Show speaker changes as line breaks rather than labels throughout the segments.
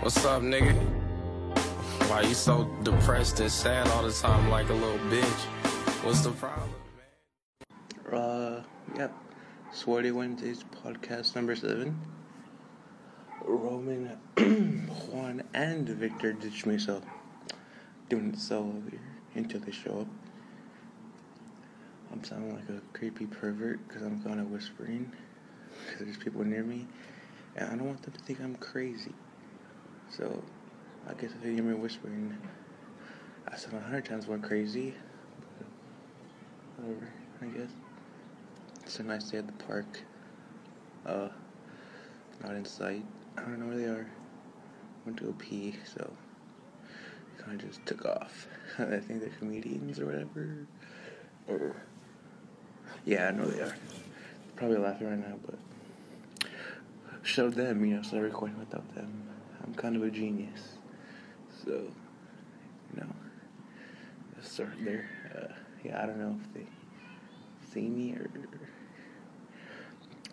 What's up, nigga? Why you so depressed and sad all the time like a little bitch? What's the problem, man?
Uh, yep. Swarty Wednesdays podcast number seven. Roman, Juan, and Victor ditched me, so doing it solo here until they show up. I'm sounding like a creepy pervert because I'm kind of whispering because there's people near me, and I don't want them to think I'm crazy. So, I guess if they hear me whispering, I sound a hundred times more crazy. But whatever, I guess. It's a nice day at the park. Uh, not in sight. I don't know where they are. Went to a pee, so kind of just took off. I think they're comedians or whatever. Or yeah, I know they are. Probably laughing right now, but show them. You know, so I recording without them. I'm kind of a genius, so you know. Let's start there. Uh, yeah, I don't know if they see me or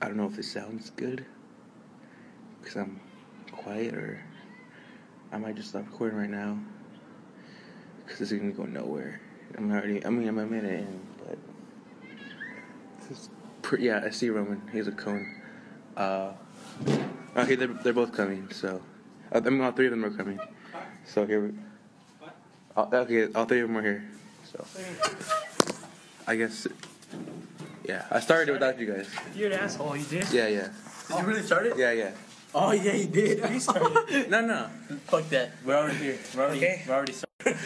I don't know if it sounds good because I'm quiet or I might just stop recording right now because this is gonna go nowhere. I'm already, I mean, I'm a minute in, but this is pre- yeah, I see Roman. He's a cone. Uh, okay, Oh, they're, they're both coming. So, uh, I mean, all three of them are coming. So here, we, all, okay, all three of them are here. So, I guess, yeah, I started without you guys.
You're an asshole, you did.
Yeah, yeah,
Did you really start it?
yeah, yeah.
Oh yeah, you did. You started.
No, no.
Fuck that. We're already here. We're already.
Okay.
We're already started.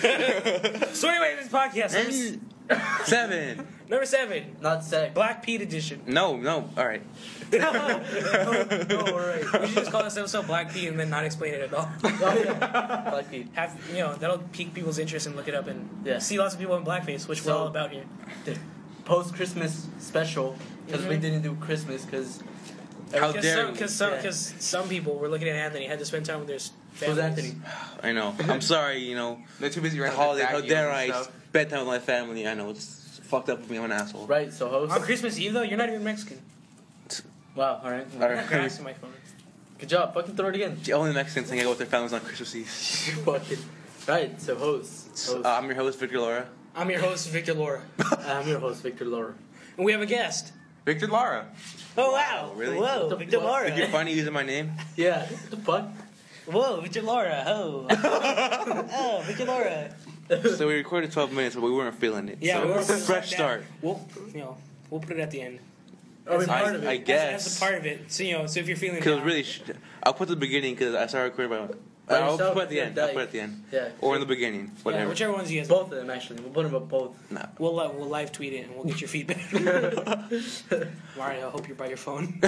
So anyway, this podcast number, s-
Seven.
number seven,
Not sex.
Black Pete edition.
No, no. All right.
No, alright.
We should just call this episode Black Pete and then not explain it at all.
Oh yeah. Black Pete.
Have you know that'll pique people's interest and look it up and
Yeah.
see lots of people in blackface, which we're
So-
all about here.
Post Christmas special because we
Mhm.
didn't do Christmas because
Mm-hmm. How
Because
dare
some,
you.
cause some,
Yeah.
cause some people were looking at Anthony had to spend time with their s-
it was
families.
Anthony.
I know. I'm sorry, you know.
They're too busy
The
running
holiday,
their
how
vacuums
dare
and
I
stuff.
spend time with my family? I know, it's fucked up of me. I'm an asshole.
Right. So
On
host.
Christmas Eve though, you're not even Mexican.
Wow. All right.
All
I'm not
right.
grasping my phone.
Good job. Fucking throw it again.
The only Mexican thing I go with their families on Christmas Eve.
Fucking. Right. So host.
So,
host. Ah,
uh, I'm your host, Victor Laura.
I'm your host Victor Laura,
I'm your host, Victor Laura.
and we have a guest.
Victor Lara.
Oh wow!
Wow, really?
Whoa,
The
Victor
fuck?
Think you're
Laura.
funny using my name?
Yeah. What the fuck?
Whoa, Victor Laura. Oh, oh, Victor Laura.
so we recorded 12 minutes, but we weren't feeling it.
Yeah,
so
we weren't feeling
fresh
that.
start.
We'll you know we'll put it at the end.
Are we
As-
part of
I, I
it?
guess.
As, as a part of it, so you know, so if you're feeling
Because it was
down-
really. Sh- I'll put the beginning because I started recording by. uh,
By
I'll
yourself,
put at the
you're
end. I'll
dying.
put it at the end.
Yeah.
Or in the beginning.
yeah,
Whatever.
whichever ones you guys.
both of them actually. We'll put them up both.
Nah.
We'll li- we'll live tweet it and we'll get your feedback. Mario, I hope you're by your phone.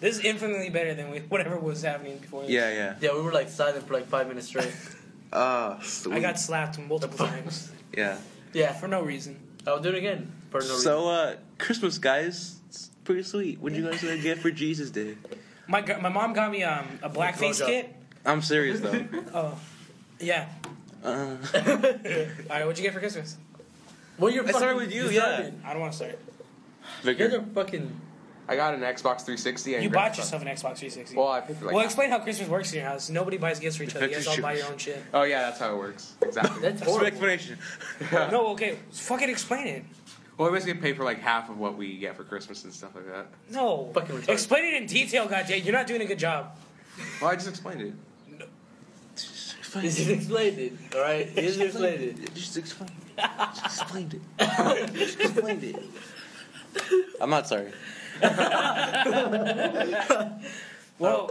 this is infinitely better than we, whatever was happening before. This.
Yeah,
Yeah, we were like silent for like five minutes straight.
yeah. Uh, sweet.
I got slapped multiple times
yeah.
yeah.
for no reason.
I'll do it again for no reason.
So, uh, Christmas, guys. It's pretty sweet. What did you guys uh, get for Jesus Day?
My gu- my mom got me um, a blackface
blowjob.
kit.
I'm serious, though.
Oh, yeah.
Uh,
All right, what'd you get for Christmas?
Well, you're
Let's
fucking,
start with you,
started.
I don't want to start.
You're
Victor.
the fucking.
I got an Xbox 360. And
You
a
bought
Xbox.
yourself an Xbox 360.
Well, I paid for like.
well, explain how Christmas works in your house. Nobody buys gifts for each other. You guys all buy your own shit.
oh yeah, that's how it works. Exactly.
That's
That's an
horrible.
explanation.
No, okay, fucking explain it.
well, we basically pay for like half of what we get for Christmas and stuff like that.
No,
Fucking retarded.
explain it in detail, goddamn. You're not doing a good job.
Well, I just explained it.
This is explained it. All right, this is explained it.
Just explain. Just explain it. Just explain it. I'm not sorry.
Well,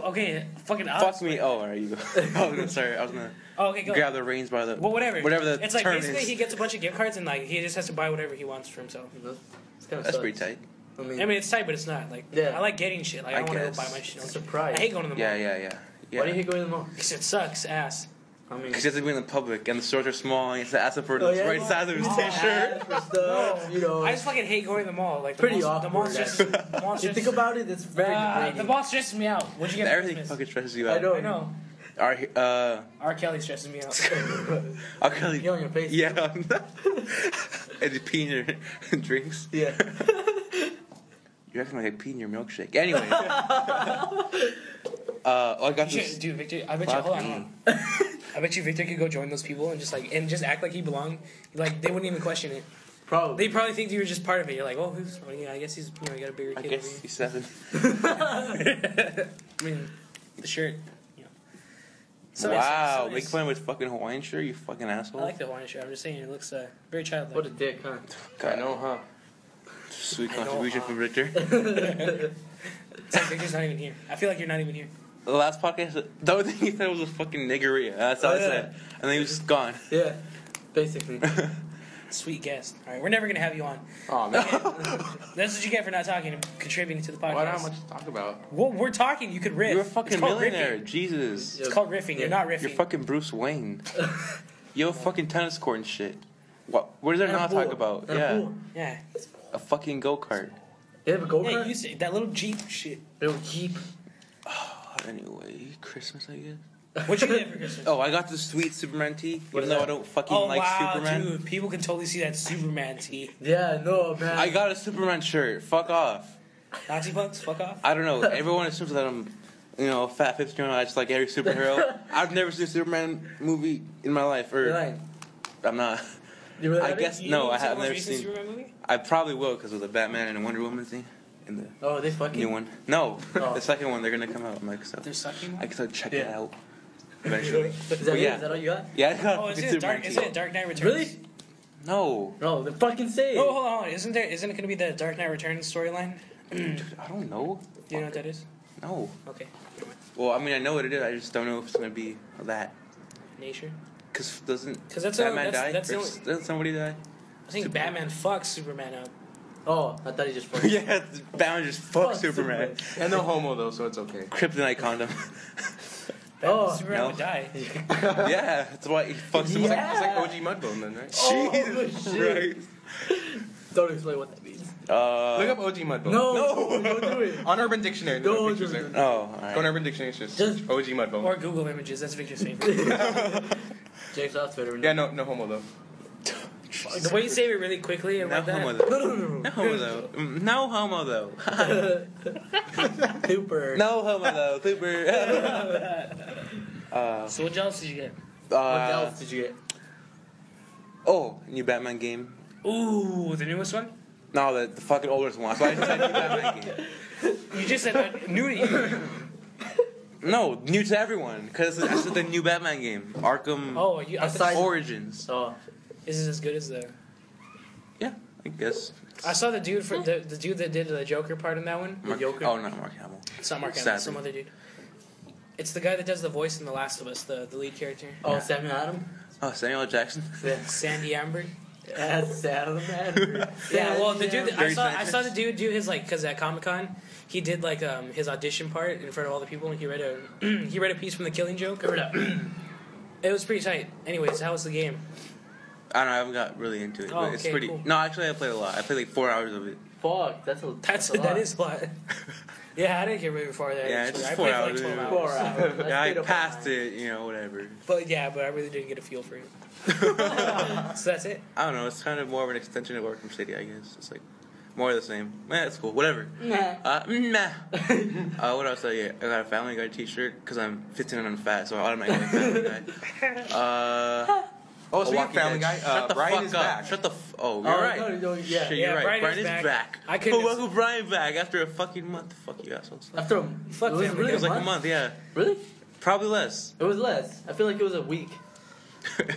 Oh, okay, fucking I'll
Fuck me. Oh, alright, you go. I was gonna, sorry, I was gonna
Oh, okay, go.
grab the reins by the.
well, whatever.
Whatever the
It's like
term
basically
is.
he gets a bunch of gift cards and like he just has to buy whatever he wants for himself.
It's kind of
That's pretty tight.
I
I
mean,
mean, it's tight, but it's not like
Yeah.
I like getting shit. Like I,
I
want to go
guess.
buy my shit.
I'm surprised.
I hate going to the mall.
Yeah, yeah, yeah.
Why do you
Yeah.
hate going to the mall?
'Cause it sucks ass.
I mean,
Because you have to be in the public and the stores are small and you have to ask them for the right size of his
Oh,
t shirt.
ads for stuff, you know.
I just fucking hate going to the mall. Like the
Pretty
mall's, the
awkward,
mall's just,
actually.
the mall's
you
just
think about it, it's very
Ah, the
degrading.
mall stresses me out. What'd you get? for
Everything
Christmas?
fucking stresses you
I
out.
know.
I know.
Alright, uh.
R. Kelly stresses me out.
I'll call you.
Pee on your face.
Yeah. and you pee in your drinks.
Yeah.
You're acting like I peed in your milkshake. Anyway. uh, oh, I got
You
this.
should- dude, Victor, I bet you.
Fuck
Hold on,
me.
hold on. I bet you Victor could go join those people and just like and just act like he belonged. Like they wouldn't even question it.
Probably.
They probably think you were just part of it. You're like, oh, who's? Well, yeah, I guess he's. You know, he got a bigger
I
kid. than
guess he's seven.
me. I mean, the shirt. You know. So nice,
wow,
so
make
nice.
fun of his fucking Hawaiian shirt, you fucking asshole.
I like the Hawaiian shirt. I'm just saying, it looks uh, very childlike.
What a dick, huh?
God,
I know, huh?
Sweet
I know,
contribution
huh?
from Victor.
it's like Victor's not even here. I feel like you're not even here.
The last podcast, the only thing he said was a fucking niggeria. That's all
Oh,
I
yeah.
said. And then he was just gone.
Yeah, basically.
Sweet guest. All right, we're never gonna have you on.
Oh man,
That's what you get for not talking and contributing to the podcast.
why not much to talk about?
Well, we're talking. You could riff.
You're a
It's
fucking
called
millionaire.
riffing.
Jesus.
It's called riffing. You're not riffing.
You're fucking Bruce Wayne. you have a fucking tennis court and shit. What, what is there
And a
not to
pool.
talk about?
And a
yeah.
pool.
yeah.
A fucking go kart.
They have a go
Yeah,
kart.
you say that little Jeep shit.
Little Jeep.
Oh, Anyway, Christmas, I guess.
What you get for Christmas?
Oh, I got the sweet Superman tee,
What
even
is
though
that?
I don't fucking
Oh,
like
wow,
Superman.
dude! People can totally see that Superman tee.
Yeah, no man.
I got a Superman shirt. Fuck off.
Nazi punks, fuck off.
I don't know. Everyone assumes that I'm, you know, a fat 15 year old. I just like every superhero. I've never seen a Superman movie in my life. Or
You're lying.
I'm not.
You really
I
haven't?
guess
You
no.
know
I
what's the
have
most
never
recent
seen.
Superman movie.
I probably will because of the Batman and Wonder Woman thing and the
Oh, they fucking.
new one. No,
Oh.
the second one. They're gonna come out. I'm like, so
They're sucking.
I can still check it
Yeah.
out
Is
eventually.
that,
But
it?
yeah.
Is that all you got?
Yeah, I got
Oh,
a
isn't it
Superman
Dark? Isn't
tee.
it Dark Knight Returns?
Really?
No,
No, they fucking say. it.
Oh, hold on, hold on. Isn't there? Isn't it going to be the Dark Knight Returns storyline?
dude, I don't know.
Do you know what that is?
No.
Okay.
Well, I mean, I know what it is. I just don't know if it's gonna be that.
Nature.
Cause doesn't
'Cause that's the-
Batman
that's-
die?
that's the
Or
only-
s- doesn't somebody die?
I think
Superman.
Batman fucks Superman up.
Oh, I thought he just fucking. Oh,
yeah, Batman just fuck Superman.
And no homo though, so it's okay.
Kryptonite condom.
Oh.
Superman
No.
would die.
yeah, that's why he fucks him.
Yeah.
It's like OG Mudbone then, right?
Oh,
Jesus
Jesus
shit.
Christ.
Don't explain what that means.
Uh,
Look up OG Mudbone.
No,
No.
don't do it.
On Urban Dictionary.
No,
No, pictures
no,
there.
no.
oh, alright.
Go on Urban Dictionary. It's just
Just-
OG Mudbone.
Or Google Images. That's Victor's favorite.
Jake's off Twitter.
yeah, no, no homo though.
the way you say it really quickly and
No
like that.
homo though.
No, no, no,
No
no.
homo though. Mm, No homo though.
Cooper.
no homo though. Cooper. uh,
So what else did you get?
What
uh,
else did you get?
oh, new Batman game.
Ooh, the newest one.
No, the, the fucking oldest one. So I just said new Batman game.
You just said that new. you-
No, new to everyone. Because I said the new Batman game. Arkham
Oh, you, I thought,
Aside-
Origins.
Oh,
is it as good as the?
Yeah, I guess.
I saw the dude for the, the dude that did the Joker part in that one.
Mark,
Joker?
oh, not Mark Hamill.
It's not Mark Hamill.
Sadly.
It's some other dude. It's the guy that does the voice in The Last of Us, the, the lead character,
oh, Samuel Adam.
Oh, Samuel L. Jackson.
Yeah.
Sandy Amberg.
That's Adam. Sandler.
Yeah, well, the dude that- I
Very
saw I
scientist.
saw the dude do his like because at Comic Con he did like um his audition part in front of all the people and he read a he read a piece from The Killing Joke.
Cover it up.
It was pretty tight. Anyways, how was the game?
I don't know, I haven't got really into it,
Oh,
but it's
okay,
pretty.
cool.
No, actually, I played a lot. I played like four hours of it.
Fuck, that's a
That's
a lot.
that is a lot. yeah, I didn't get really before that.
Yeah,
actually.
it's
I
four
played for
hours.
like twelve
four
hours.
hours. That's
yeah, I
straight up
passed
online.
it, you know, whatever.
But yeah, but I really didn't get a feel for it. so that's it.
I don't know. It's kind of more of an extension of Arkham City, I guess. It's like more of the same. Yeah, it's cool. Whatever.
Mm.
Uh, nah. uh, what else? I get? I got a Family Guy T-shirt because I'm 15 and I'm fat, so I automatically like Family Guy. Uh,
Oh,
a
so
Walking
Family Guy.
Dead.
Uh,
Shut the
Brian
fuck
is
up.
back.
Shut the. F- oh, you're
Oh,
right.
no, no, yeah.
Shit, you're
Yeah,
right.
Brian
is
is back.
back.
I couldn't-
Oh, welcome Brian back after a fucking month. Fuck you assholes.
After a,
Fuck
it was
them,
really
It was
a
like a
month?
month, yeah.
Really?
Probably less.
It was less. I feel like it was a week.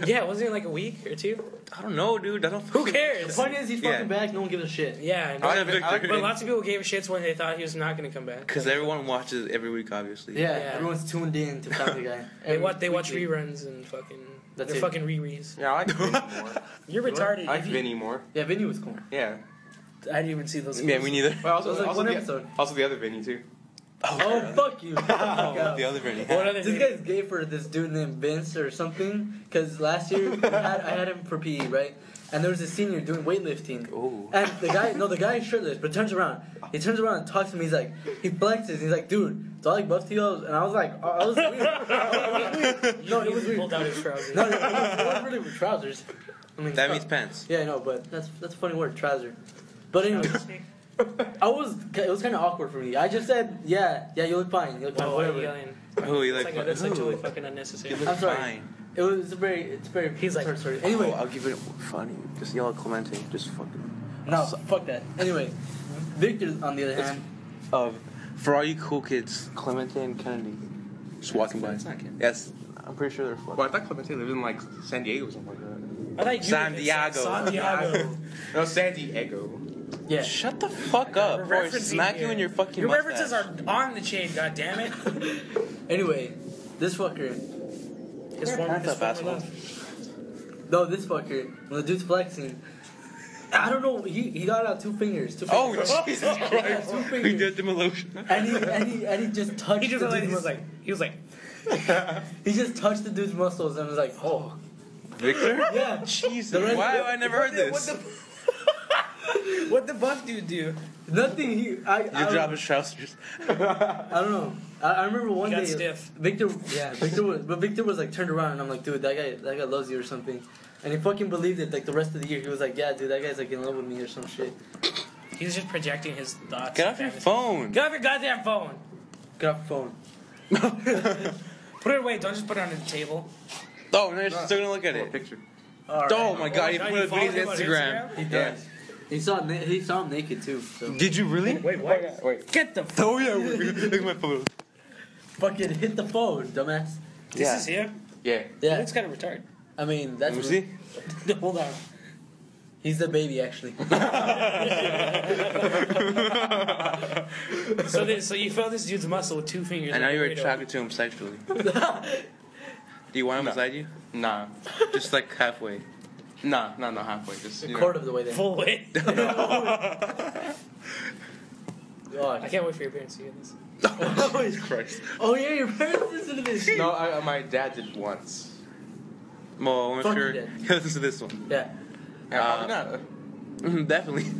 Yeah, wasn't it like a week or two?
I don't know, dude. I don't.
Who
fucking-
The
cares?
point is, he's fucking
Yeah.
back. No one gives a shit.
Yeah, I
I
I like
know.
like- I like-
Victor.
but lots of people gave shits when they thought he was not going to come back.
Because everyone watches every week, obviously.
Yeah,
Yeah.
everyone's tuned in to Family Guy.
They watch, they watch
Weekly.
reruns and fucking.
That's
they're
it.
fucking rereads.
Yeah, I like Vinny more.
You're
What?
retarded.
I like
If you-
Vinny more.
Yeah, Vinny was cool.
Yeah.
I didn't even see those.
Yeah, we neither.
But
It was
also,
like
also,
one
the,
episode.
also the other Vinny too.
Oh, fuck you. Fuck
Oh,
out.
the other Vinny.
What other
This guy's gay for this dude named Vince or something. Because last year I had, I had him for PE, right? And there was a senior doing weightlifting.
Oh.
And the guy, no, the guy is shirtless, but turns around. He turns around and talks to me. He's like, he flexes. He's like, dude, do I like buff to you? And I was like, oh, I was weird. no, it was weird.
pulled out his trousers.
No, no, it was- it wasn't really with trousers. I mean,
That
fuck.
means pants.
Yeah, I know, but that's that's a funny word, trouser. But anyways, I was. It was kind of awkward for me. I just said, yeah, yeah, you look fine. You look fine.
Oh, why are you
whatever.
yelling?
Who you
It's
like?
like, that's like
who?
totally fucking unnecessary.
You look
I'm sorry.
fine.
It was it's very. It's very.
He's like-
sorry, sorry. Anyway,
Oh, I'll give it funny. Just yell at Clemente. Just fucking.
no, fuck that. Anyway, Victor, on the other
It's-
hand,
Um, for all you cool kids, Clemente and Kennedy. Just walking by.
It's not Kennedy.
Yes, I'm pretty sure they're fucking.
Well, I thought Clemente lived in like San Diego or something like
I thought you
San Diego.
San Diego.
that. No, San Diego.
yeah.
Shut the fuck up,
We're
bro.
referencing
Smack you
here.
in your fucking.
Your references
mustache.
are on the chain, God damn it.
Anyway, this fucker.
His former,
Hands
his
up, asshole.
former love.
No, this fucker. When the dude's flexing, I don't know. He he got out two fingers. Two fingers.
Oh Jesus Christ!
Two
We
fingers.
did demolition.
And he, and he and he just touched.
He just
the
like, he
dude's-
was like, he was like,
He just touched the dude's muscles and was like, oh.
Victor.
Yeah.
Jesus.
The rest-
Why have I never heard this?
what the, what the buff dude do?
Nothing. He. I. I
You
don't-
drop his trousers.
I don't know. I, I remember one
He got
day
stiff.
Victor. Yeah. Victor was, but Victor was like turned around and I'm like, dude, that guy, that guy loves you or something. And he fucking believed it. Like the rest of the year, he was like, yeah, dude, that guy's like in love with me or some shit.
He's just projecting his thoughts.
Get off your phone.
Get off your goddamn phone.
Get off your phone.
Put it away. Don't just put it on the table.
Oh, no, you're still gonna look at
Oh,
it.
picture.
All right.
Oh my God!
you
He put a
follow
video
him
on
on
Instagram.
He does.
Yeah.
He saw na- he saw him naked too. So
Did you really?
Wait, what?
Wait.
Get the. F-
Oh yeah. Look at my photo.
fucking hit the phone, dumbass.
This is him.
Yeah.
Yeah.
Yeah.
That's kind of retarded.
I mean, that's
Let me see.
Hold on.
he's the baby actually.
So this, so you felt this dude's muscle with two fingers.
And now
on
you're
the radar.
attracted to him sexually. Do you want him beside you?
Nah.
Just like halfway.
Nah. Nah. Not halfway. Just you know.
Quarter of the way there.
Full weight. I
God.
can't wait for your parents to hear this.
Jesus Christ.
Oh yeah, your parents listen to this.
No, I, uh, my dad did once.
Well, I'm
Fuck
sure.
you, Dad.
Listen to this one.
Yeah.
Yeah, probably not.
Mhm, Definitely. He's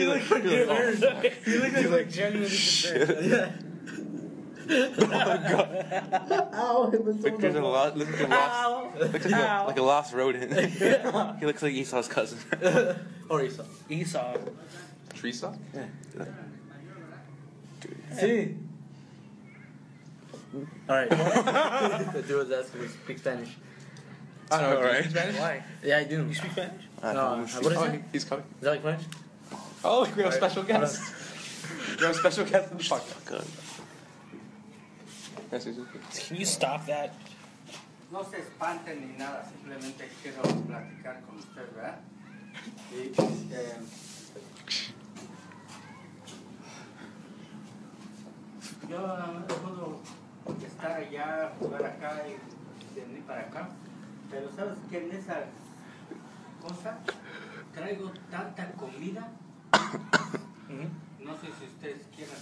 just like crying. He's like,
you
he's like,
look like, you look like, genuinely concerned.
Yeah. Ow, it was
oh, Victor's a lot. Looks like a lost. Looks like a, like a lost rodent. he looks like Esau's cousin.
Or Esau.
Esau.
Teresa.
Yeah.
See. All right. the dude was asking me to speak Spanish.
I don't know.
All right.
Spanish.
Why?
Yeah, I do.
Speak Spanish?
No,
Uh,
what is
Oh,
that?
he,
Is
he's coming.
that like French?
Oh, we have a special guest. we have a special guest in the podcast.
God.
Yes, yes, yes.
Can you stop that?
No se espanten ni nada, simplemente quiero platicar con usted, ¿verdad? Y, eh, yo eh, puedo estar allá, jugar acá y venir para acá, pero ¿sabes que en esa cosa traigo tanta comida? No sé si ustedes quieran.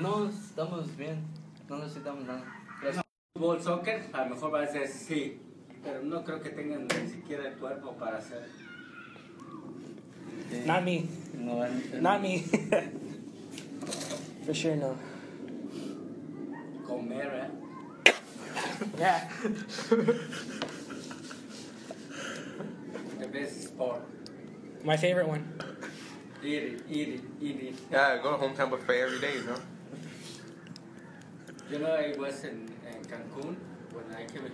No, estamos bien. No necesitamos nada. Gracias.
Fútbol, soccer, a lo mejor va a ser sí, pero no creo que tengan ni siquiera el cuerpo para hacer.
Not me.
No, I-
Not me. for sure, no.
comer, ¿eh?
Yeah.
The best sport.
My favorite one.
Eat it, eat it, eat it.
Yeah, go to hometown buffet every day, you know.
You know, I was in, in Cancun when I came.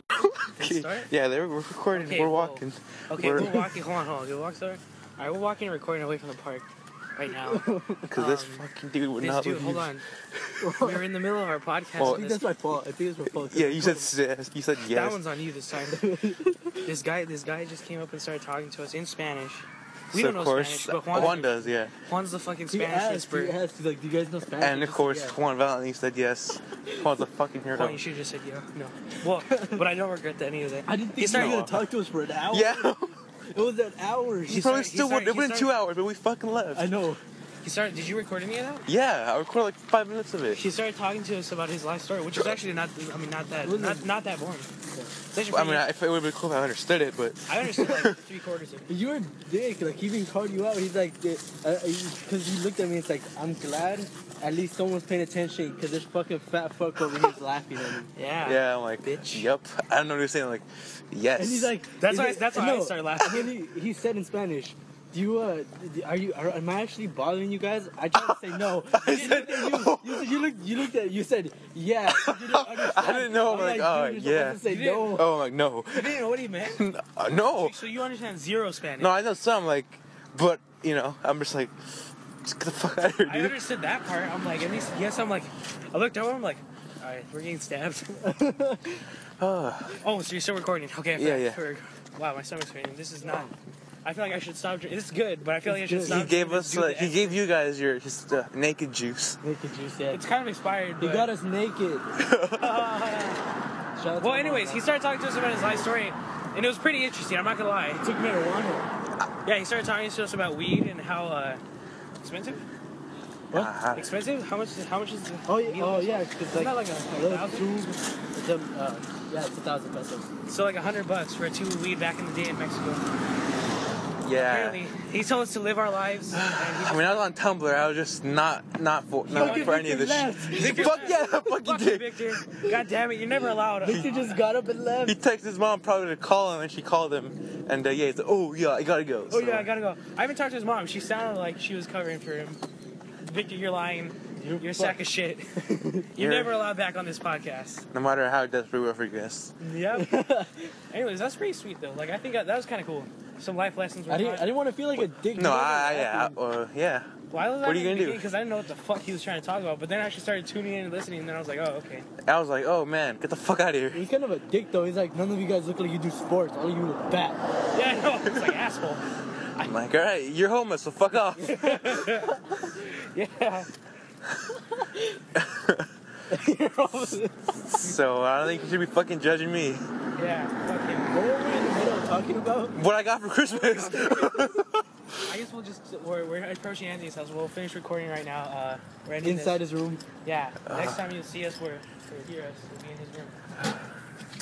start?
Yeah, they were we're recording.
Okay,
we're
whoa.
walking.
Okay,
We're-
we're walking. Hold on, hold on. We're walking. Sorry. All right, we're walking and recording away from the park right now.
Because this
um,
fucking dude would
this
not
dude,
leave.
hold on. we were in the middle of our podcast.
Well,
and
I
this,
my fault. I think it's my fault.
Yeah, you said yes. You said
that
yes.
one's on you this time. this guy, this guy just came up and started talking to us in Spanish. We
so
don't know
of course,
Spanish, but
Juan,
Juan,
does, yeah.
Juan's the fucking
He
Spanish
asked,
expert.
he asked, he's like, do you guys know Spanish?
And
I
of
said,
course,
"Yeah."
Juan Valentine said yes. Juan's a fucking hero.
Juan, you should have just said yeah. No. Well, but I don't regret that any of that.
I didn't
He
think he
started
was going to talk to us for an hour.
Yeah,
It was an hour.
he
He
probably
started- he
still
started-
would. It
he
went two
started-
hours, but we fucking left.
I know.
He started. Did you record any of that?
Yeah, I recorded like five minutes of it.
He started talking to us about his life story, which is actually not. I mean, not that.
Wasn't
Not,
it-
not that boring. It's actually
I mean,
pretty-
I, if it would have been cool if I understood it, but
I understood like three quarters of it.
You're a dick. Like, he even called you out. He's like, uh, because he looked at me, it's like, I'm glad at least someone's paying attention because this fucking fat fuck over here is laughing at me.
Yeah.
yeah, I'm like,
Bitch.
Yep. I don't know what he was saying. Like, yes.
And he's like,
That's
he's
why-
like-
that's why I started laughing.
And then he, he said in Spanish,
Do you, uh, d- are you, are, am I actually bothering you guys? I tried to say no. I said, you, you, said, you looked, you looked at, you said, yeah. You didn't understand.
I didn't know. I'm like, oh,
dude,
yeah.
you're supposed to say no.
Oh, I'm like, no.
You didn't know what he meant.
Uh, no.
So you understand zero Spanish.
No, I know some, like, but, you know, I'm just like, just get the fuck out of here,
I
dude.
understood that part. I'm like, at least yes. I'm like, I looked over. I'm like, all right, we're getting stabbed.
Ah.
oh, so you're still recording? Okay. I
Yeah,
forgot.
yeah.
We're- Wow, my stomach's hurting. This is not. I feel like I should stop. drinking. This is good, but I feel like I should
It's
stop.
He gave
drinking and
us,
do
like,
the
he gave you guys your his, uh, naked juice.
Naked juice, yeah.
It's kind of expired.
You
but-
got us naked. Shout out to
Well,
my
anyways, he
mom.
started talking to us about his life story, and it was pretty interesting. I'm not gonna lie.
took marijuana.
Yeah, he started talking to us about weed and how uh, expensive.
What?
Uh-huh.
Expensive? How much? Is, how much is?
Oh, yeah, oh, yeah, because like,
Isn't that like a
those
thousand?
two, it's, um, uh, yeah, it's a thousand pesos.
So like a hundred bucks for a two weed back in the day in Mexico.
Yeah.
Apparently, he told us to live our lives. And he
I mean, I was on Tumblr. I was just not, not for, not
Fucking
for any of this.
Victor
shit. Fuck yeah, fuck you,
Fuck you,
dick.
Victor. God damn it, you're never allowed.
Victor just got up and
He
left.
texted his mom probably to call him, and she called him. And uh, yeah, he's like, oh yeah, I gotta go.
Oh
So-
yeah, I gotta go. I haven't talked to his mom. She sounded like she was covering for him. Victor, you're lying. You're, a sack of shit. you're
You're-
never allowed back on this podcast.
No matter how desperate we are for guests.
Yep. Anyways, that's pretty sweet though. Like I think that, that was kind of cool. Some life lessons. were
I didn't,
taught.
I didn't want to feel like a dick.
No, I, I yeah,
After-
I- uh, yeah.
Why was
What are you gonna do?
Because I didn't know what the fuck he was trying to talk about. But then I actually started tuning in and listening, and then I was like, oh okay.
I was like, oh man, get the fuck out of here.
He's kind of a dick though. He's like, none of you guys look like you do sports. All you look fat.
Yeah, I know. It's like asshole.
I'm like, all right, you're homeless, so fuck off.
Yeah.
so I don't think you should be fucking judging me.
Yeah. Fuck him.
What were we in the middle of talking about?
What I got for Christmas.
I guess we'll just we're, we're approaching Anthony's house. We'll finish recording right now. Uh, we're ending this.
Inside his room.
Yeah. Next time you see us, we're or hear us, we'll be in his room.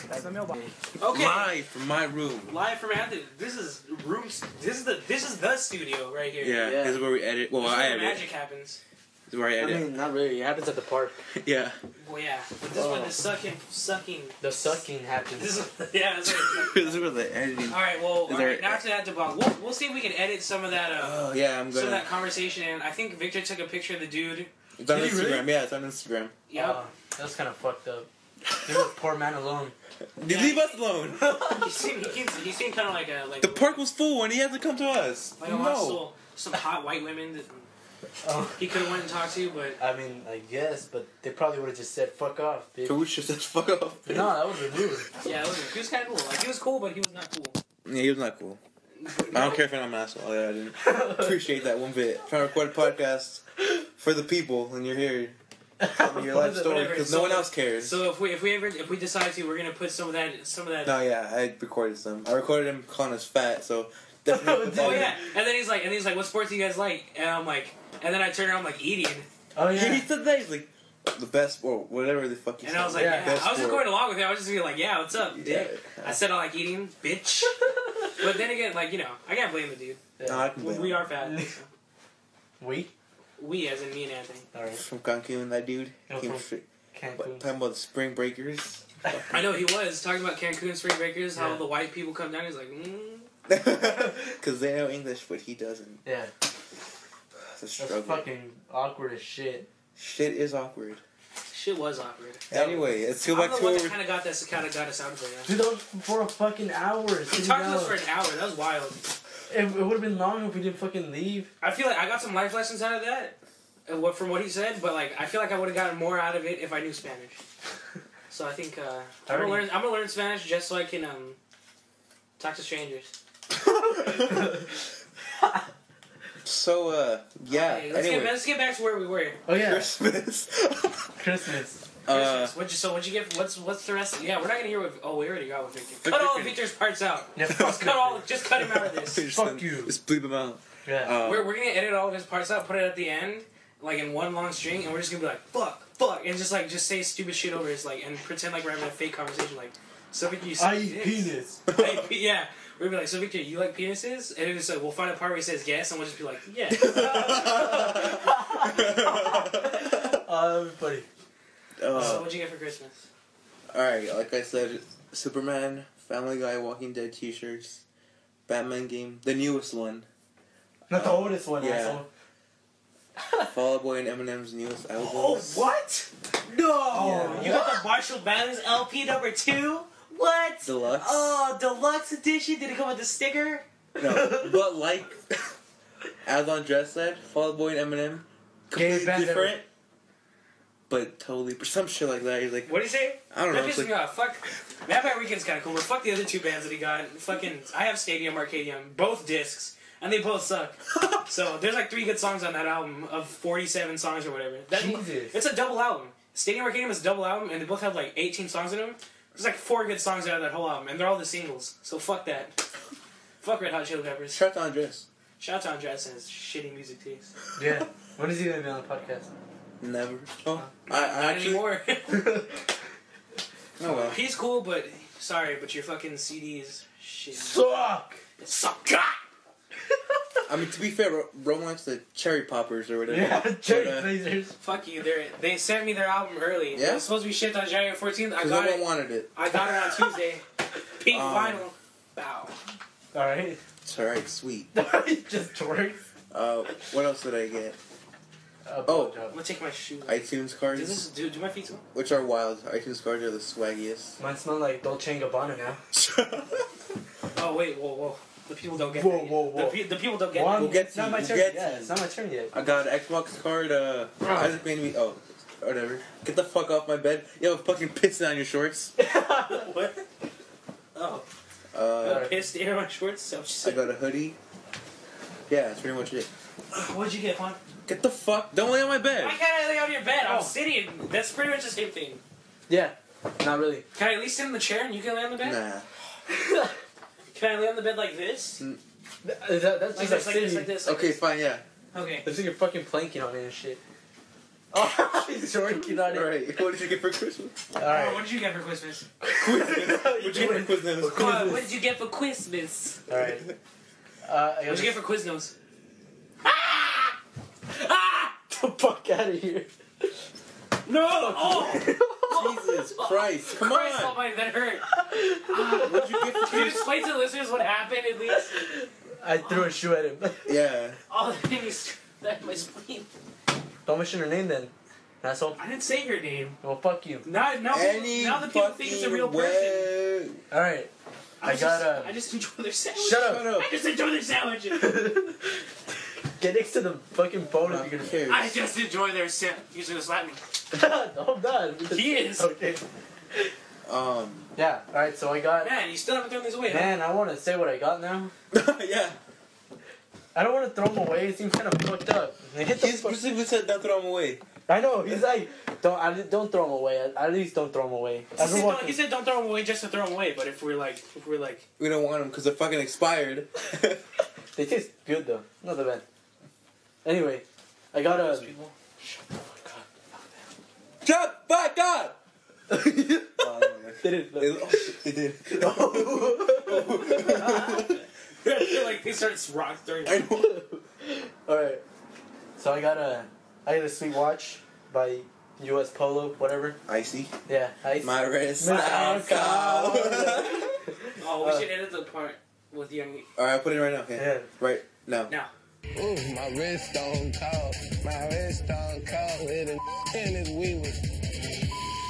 That's the mailbox. Okay.
from my room.
Live from Anthony. This is room. s- This is the this is the studio right here.
Yeah,
Yeah.
this is where we edit. Well,
This is
I
where
edit.
magic happens.
This is where I
I
edit.
mean, not really. It happens at the park.
yeah.
Well, yeah. But this
Oh.
one is sucking, sucking.
The sucking happens.
This is yeah. That's right.
this is where the editing.
all right. Well, all
there-
right. Now after that debacle, we'll, we'll see if we can edit some of that. Uh,
Oh yeah, I'm
some of
gonna.
that conversation. And I think Victor took a picture of the dude.
It's on
Did you
Instagram.
really?
Yeah, it's on Instagram.
Yep.
Uh, that's kind of fucked up. Leave a poor man alone.
Dude, leave us alone.
he seemed he, seemed- he seemed kind of like a like.
Oh. the park was full, and he had to come to us.
Like a lot of
no.
soul, some hot white women that
Oh.
he could have went and talked to, but
I mean, I guess, but they probably would have just said, "Fuck off, bitch."
So we should just fuck off.
No, that would be rude.
yeah, it was, he was kind of cool. Like he was cool, but he was not cool.
Yeah, he was not cool. I don't care if I'm an asshole. Yeah, I didn't appreciate that one bit. Trying to record a podcast for the people, and you're here telling your life story because no one else cares.
So if we if we ever if we decide to, we're gonna put some of that some of that.
No, yeah, I recorded some. I recorded him calling us fat, so definitely.
Oh yeah, and then he's like, and he's like, what sports do you guys like? And I'm like, and then I turn around, I'm like eating,
Oh
Yeah, he
yeah.
said that he's like the best or whatever the fuck. He
and
said.
I was like,
Yeah,
yeah.
best
I was just
sport.
going along with it. I was just being like, yeah, what's up, dick? I said I like eating, bitch. but then again, like you know, I can't blame the dude.
No, I can
We,
blame
we
him.
are fat.
We
we, as in me and Anthony.
all right.
from Cancun. That dude
No,
came
from-
straight-
Cancun.
what, talking about the spring breakers.
I know he was talking about Cancun Spring Breakers, how
Yeah.
the white people come down. He's like, mm,
Because they know English, but he doesn't.
Yeah,
It's a
that's
struggle.
fucking awkward as shit.
Shit is awkward.
shit was awkward.
Anyway, let's go
I'm
back
the
to
one
where
that
we
kind of got that kind of got us out of there.
Dude, that was for a fucking hour.
He
sitting
talked to us
down.
for an hour. That was wild.
It, it would have been long if we didn't fucking leave.
I feel like I got some life lessons out of that, and what from what he said. But like, I feel like I would have gotten more out of it if I knew Spanish. So I think uh, I'm gonna
Alrighty.
learn. I'm gonna learn Spanish just so I can um, talk to strangers.
So, uh, yeah.
Okay, let's,
anyway,
get, let's get back to where we were.
Oh yeah,
Christmas.
Christmas.
uh,
Christmas. What'd you, so what'd you get? What's what's the rest? Of, yeah, we're not gonna hear what. Oh, we already got what Victor. Cut all of Victor's parts out.
Yeah,
Just cut all. Just cut him out of this.
just-
Fuck you.
Just bleep him out.
Yeah.
Uh,
We're, we're gonna edit all of his parts out, put it at the end, like in one long string, and we're just gonna be like, fuck, fuck, and just like just say stupid shit over his like, and pretend like we're having a fake conversation, like, so Victor, you suck
I eat
dicks."
penis.
I eat pe- yeah. We're gonna be like, so Victor, you like penises? And it's like, we'll find a part where he says yes, and we'll just be like, yeah.
Oh, that'd be funny.
so
Uh,
what'd you get for Christmas?
Alright, like I said, Superman, Family Guy, Walking Dead t shirts, Batman game, the newest one,
Not
Oh.
the oldest one,
Yeah.
asshole.
Fall Out Boy and Eminem's newest album.
Oh, what? No!
Yeah.
You got the Marshall Mathers LP number two? What?
Deluxe.
Oh, deluxe edition? Did it come with a sticker?
No, but like as on Dress Lab, Fall Out Boy and Eminem,
Gay
completely
band
different, but totally some shit like that. He's like,
What do you say?
I don't know.
That
It's
pissed me
like,
off. Fuck. Mad Bad Weekend's kind of cool, but fuck the other two bands that he got. Fucking, I have Stadium Arcadium, both discs, and they both suck. so there's like three good songs on that album of 47 songs or whatever. That,
Jesus.
It's a double album. Stadium Arcadium is a double album, and they both have like 18 songs in them. There's like four good songs out of that whole album, and they're all the singles. So fuck that. fuck Red Hot Chili Peppers.
Shout out to Andres.
Shout out to Andreas and his shitty music taste.
Yeah. When is he gonna be on the podcast?
Never. Oh, I, I
Not
actually.
anymore.
Oh well.
He's cool, but sorry, but your fucking CD is shit.
Fuck!
It sucked. Ah!
I mean, to be fair, Ro- Roman likes the cherry poppers or whatever.
Yeah, cherry
But, uh,
blazers.
Fuck you. They they sent me their album early. It
Yeah?
was supposed to be shipped on January fourteenth. I
Because
got
no
it.
one wanted it.
I got it on Tuesday. Pink
Um,
vinyl. Bow.
Alright.
It's alright, sweet.
Just twerks.
Uh, what else did I get?
Uh,
Oh.
I'm
blowjob.
gonna take my shoe. off.
iTunes cards,
Does this do do my feet smell?
which are wild. iTunes cards are the swaggiest.
Mine smell like Dolce and Gabbana now.
Oh wait, whoa, whoa. The people don't get
Whoa,
that yet.
whoa, whoa.
The, pe- the people don't get
One-
We'll get
it's
to
not
you,
my
we'll
turn.
get to
yeah,
you.
it's not my turn yet.
I got an Xbox card. Uh, Isaac made me. Oh, whatever. Get the fuck off my bed. Yo, fucking pissing on your shorts.
it. What? Oh,
Uh,
Alright.
pissed air on my shorts. I'm just
I
like,
got a hoodie. Yeah, that's pretty much it.
What'd you get, Juan?
Get the fuck. Don't lay on my bed.
Why can't I lay on your bed? I'm
Oh.
sitting. That's pretty much the same thing.
Yeah. Not really.
Can I at least sit in the chair and you can lay on the bed?
Nah.
Can I lay on the bed like this?
Is that,
Like this,
that's just like
like this,
sitting.
like this. Like
Okay,
This.
fine. Yeah.
Okay.
Looks like you're fucking planking on it and shit. Oh, he's twerking on
All
it.
right. What did you get for Christmas?
Oh,
Alright.
what did you get for Christmas?
What did you get for Christmas?
Juan, what did you get for Christmas?
Alright. Uh, I
What'd
gotta
you get for Quiznos?
get the fuck out of here.
No! Oh!
Jesus Christ! Come
Christ
on.
almighty, that hurt.
What did you get for
Can you
Christmas?
explain to the listeners what happened at least?
I threw a shoe at him.
Yeah.
All the things that my spleen.
Don't mention her name then. Asshole.
I didn't say your name.
Well, fuck you.
Now, now,
Any
now the people think it's a real
fucking
person.
way.
Alright. I
was
got
just,
a-
I just enjoy their sandwich.
Shut up.
Shut up.
I just enjoy their sandwiches.
Get next to the fucking phone
Who
if you're
cares?
I just enjoy their sandwich. He's gonna slap me.
gonna. no, I'm not.
He is.
Okay.
Um.
Yeah. All right. So I got.
Man, you still haven't thrown these away. huh?
Man, I want to say what I got now.
yeah.
I don't want to throw them away. It seems kind of fucked up. They hit the
He's
fuck-
specifically said don't throw them away.
I know. He's like, don't. I, don't throw them away. At, at least don't throw them away.
He said,
Everyone.
don't, he said don't throw them away just to throw them away, but if we're like, if we're like,
We don't want them because they're fucking expired.
They taste good though. Not that bad. Anyway, I got a.
people.
Shut back up!
They didn't.
It- oh, shit, they did.
like they start rock throwing.
I know.
All right. So I got a. I got a sweet watch by U.S. Polo, whatever.
Icy.
Yeah. I,
My wrist.
My
now
wrist
cold.
Oh, we
Uh,
should edit the part with young.
Alright, I'll put it right now. Yeah.
yeah.
Right now.
Now.
Ooh, my wrist on cold, my wrist on cold, hitting in his weavers.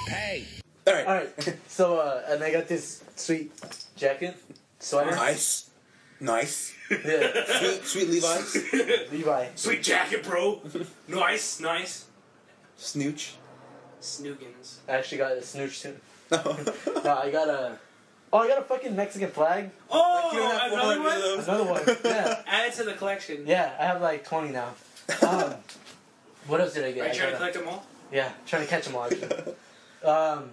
Hey.
Alright.
All right. So uh, and I got this sweet jacket, sweater.
Nice. Nice.
Yeah.
Sweet, sweet Levi's.
Levi.
Sweet jacket, bro. nice, nice.
Snooch.
Snoogans.
I actually got a snooch too.
No.
No, I got a. Oh, I got a fucking Mexican flag.
You don't have
Oh,
400
another one.
of those.
Another one. Yeah.
Add it to the collection.
Yeah. I have like twenty now. Um, what else did I get?
Are
I
you trying
got
to
a-
collect them all?
Yeah, trying to catch them all. Actually. Um,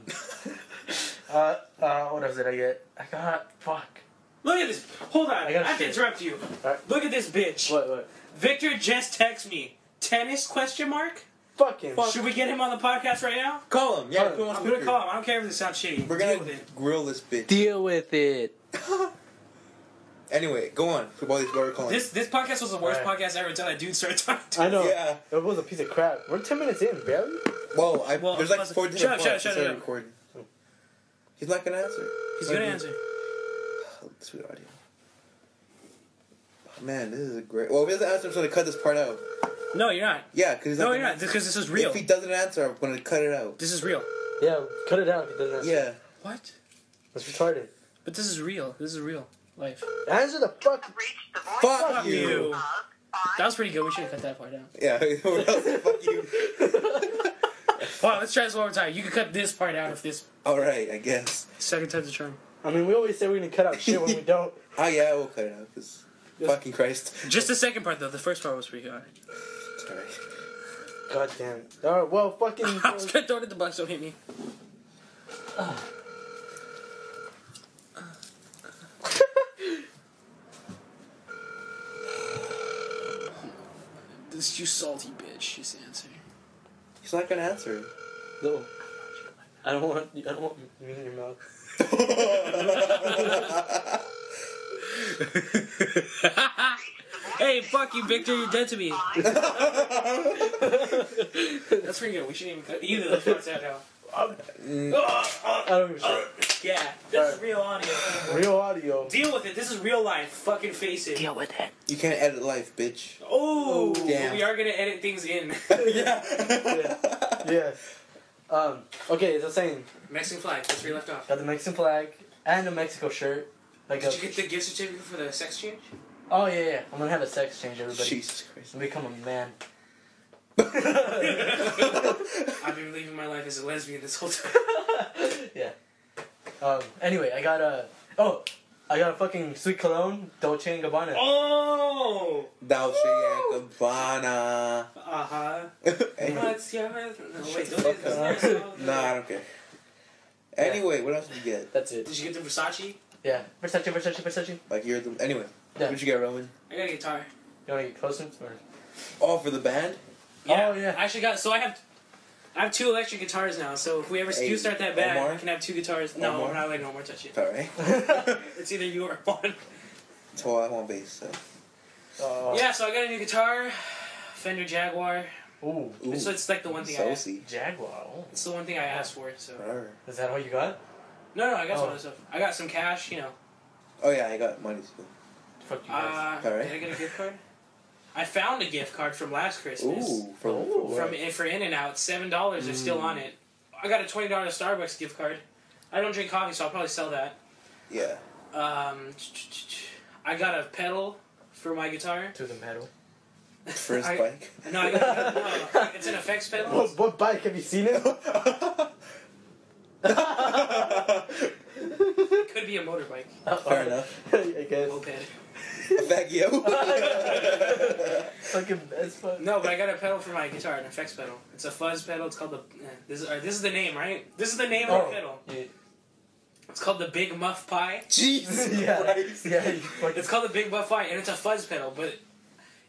uh, uh, what else did I get? I got fuck.
Look at this. Hold on. I,
I gotta
have to
share.
interrupt you.
Alright.
Look at this bitch.
What? What?
Victor just texted me. Tennis question mark?
Fucking.
Fuck.
Should we get him on the podcast right now?
Call him. Yeah,
Alright,
put him on
I'm gonna
speaker.
call him. I don't care if this sounds shitty.
We're
Deal
gonna
with it.
grill this bitch.
Deal with it.
Anyway, go on. While these- while we're calling.
This this podcast was the worst
Alright.
podcast ever until that dude started talking. To
I know.
Yeah.
It was a piece of crap. We're ten minutes in, barely.
Whoa, I,
Well,
there's like
plus-
four
shut
different points
up, shut up,
to
shut
start
up.
recording. He's not gonna answer.
He's gonna answer.
Oh, sweet audio. Oh, Man, this is a great. Well, if he doesn't answer, I'm going to cut this part out.
No, you're not.
Yeah, because
No, you're not. Because this is real.
If he doesn't answer, I'm going to cut it out.
This is real.
Yeah, cut it down if it doesn't answer.
Yeah.
What?
That's retarded.
But this is real. This is real life.
Answer the fuck.
Reach the voice
Fuck you.
you.
of five.
That was pretty good. We should have cut that part down.
Yeah. what else? Fuck you.
Wow, let's try this one more time. You can cut this part out if this
All right, I guess.
second time's a charm.
I mean, we always say we're gonna cut out shit when we don't.
Oh yeah, I will cut it out because fucking Christ.
Just the second part though. The first part was pretty good.
Sorry.
God damn it. All right, well, fucking.
I was gonna throw it at the box. Don't hit me. This you salty bitch. She's answering.
He's not gonna answer. it.
No. I don't want. I don't want me in your mouth.
hey, fuck you, Victor. You're dead to me. That's pretty good. We shouldn't even cut either of those parts out now.
Mm,
I don't give a shit.
Yeah, this is real audio.
Real audio.
Deal with it. This is real life. Fucking face it.
with it.
You can't edit life, bitch.
Oh,
Damn.
we are gonna edit things in.
yeah.
Yeah. Um. Okay, as I was saying,
Mexican flag. That's where you left off.
got the Mexican flag and a Mexico shirt. Like
Did
a-
you get the gift certificate for the sex change?
Oh yeah, yeah. I'm gonna have a sex change, everybody.
Jesus Christ.
And become a man.
I've been living my life as a lesbian this whole time.
yeah. Um. Anyway, I got a. Oh, I got a fucking sweet cologne, Dolce and Gabbana.
Oh,
Dolce and Gabbana.
uh huh.
Anyway.
What's your no, wait,
the
don't
fuck
get this.
Nah, I don't care. Anyway, what else did you get?
That's it.
Did you get the Versace?
Yeah. Versace, Versace, Versace.
Like you're the anyway.
Yeah.
What'd you get, Roman?
I got a guitar.
You wanna get closer? Or-
Oh, for the band.
Yeah,
Oh, yeah.
I actually got so I have. I have two electric guitars now, so if we ever
Hey,
do start that band,
Omar?
I can have two guitars. No,
Omar?
we're not letting Omar touch it.
All right.
It's either you or one.
That's all I want bass. So.
Oh.
Yeah, so I got a new guitar, Fender Jaguar.
Ooh.
Ooh,
So it's like the one thing I asked.
saucy.
Jaguar. Oh.
It's the one thing I asked for. So
Brr.
Is that all you got?
no, no, I got
Oh.
some other stuff. I got some cash. You know,
Oh yeah, I got money too.
Fuck you guys.
uh,
Alright.
did I get a gift card? I found a gift card from last Christmas
Ooh, from,
Ooh.
from,
from
what? Hmm.
for In and Out. Seven dollars are still on it. I got a twenty dollar Starbucks gift card. I don't drink coffee, so I'll probably sell that.
yeah.
Um, I got a pedal for my guitar.
to the metal.
First
I-
bike.
No, I got no, it's an effects pedal.
What, what bike have you seen it?
It could be a motorbike,
Fair enough.
I guess.
moped.
Vecchio.
Fucking as fuck.
No, but I got a pedal for my guitar, an effects pedal. It's a fuzz pedal. It's called the. eh, This is or this is the name, right? This is the name of
Oh.
the pedal.
Yeah.
It's called the Big Muff Pie.
Jesus
Yeah.
Christ.
Yeah, you fucking-
It's called the Big Muff Pie, and it's a fuzz pedal. But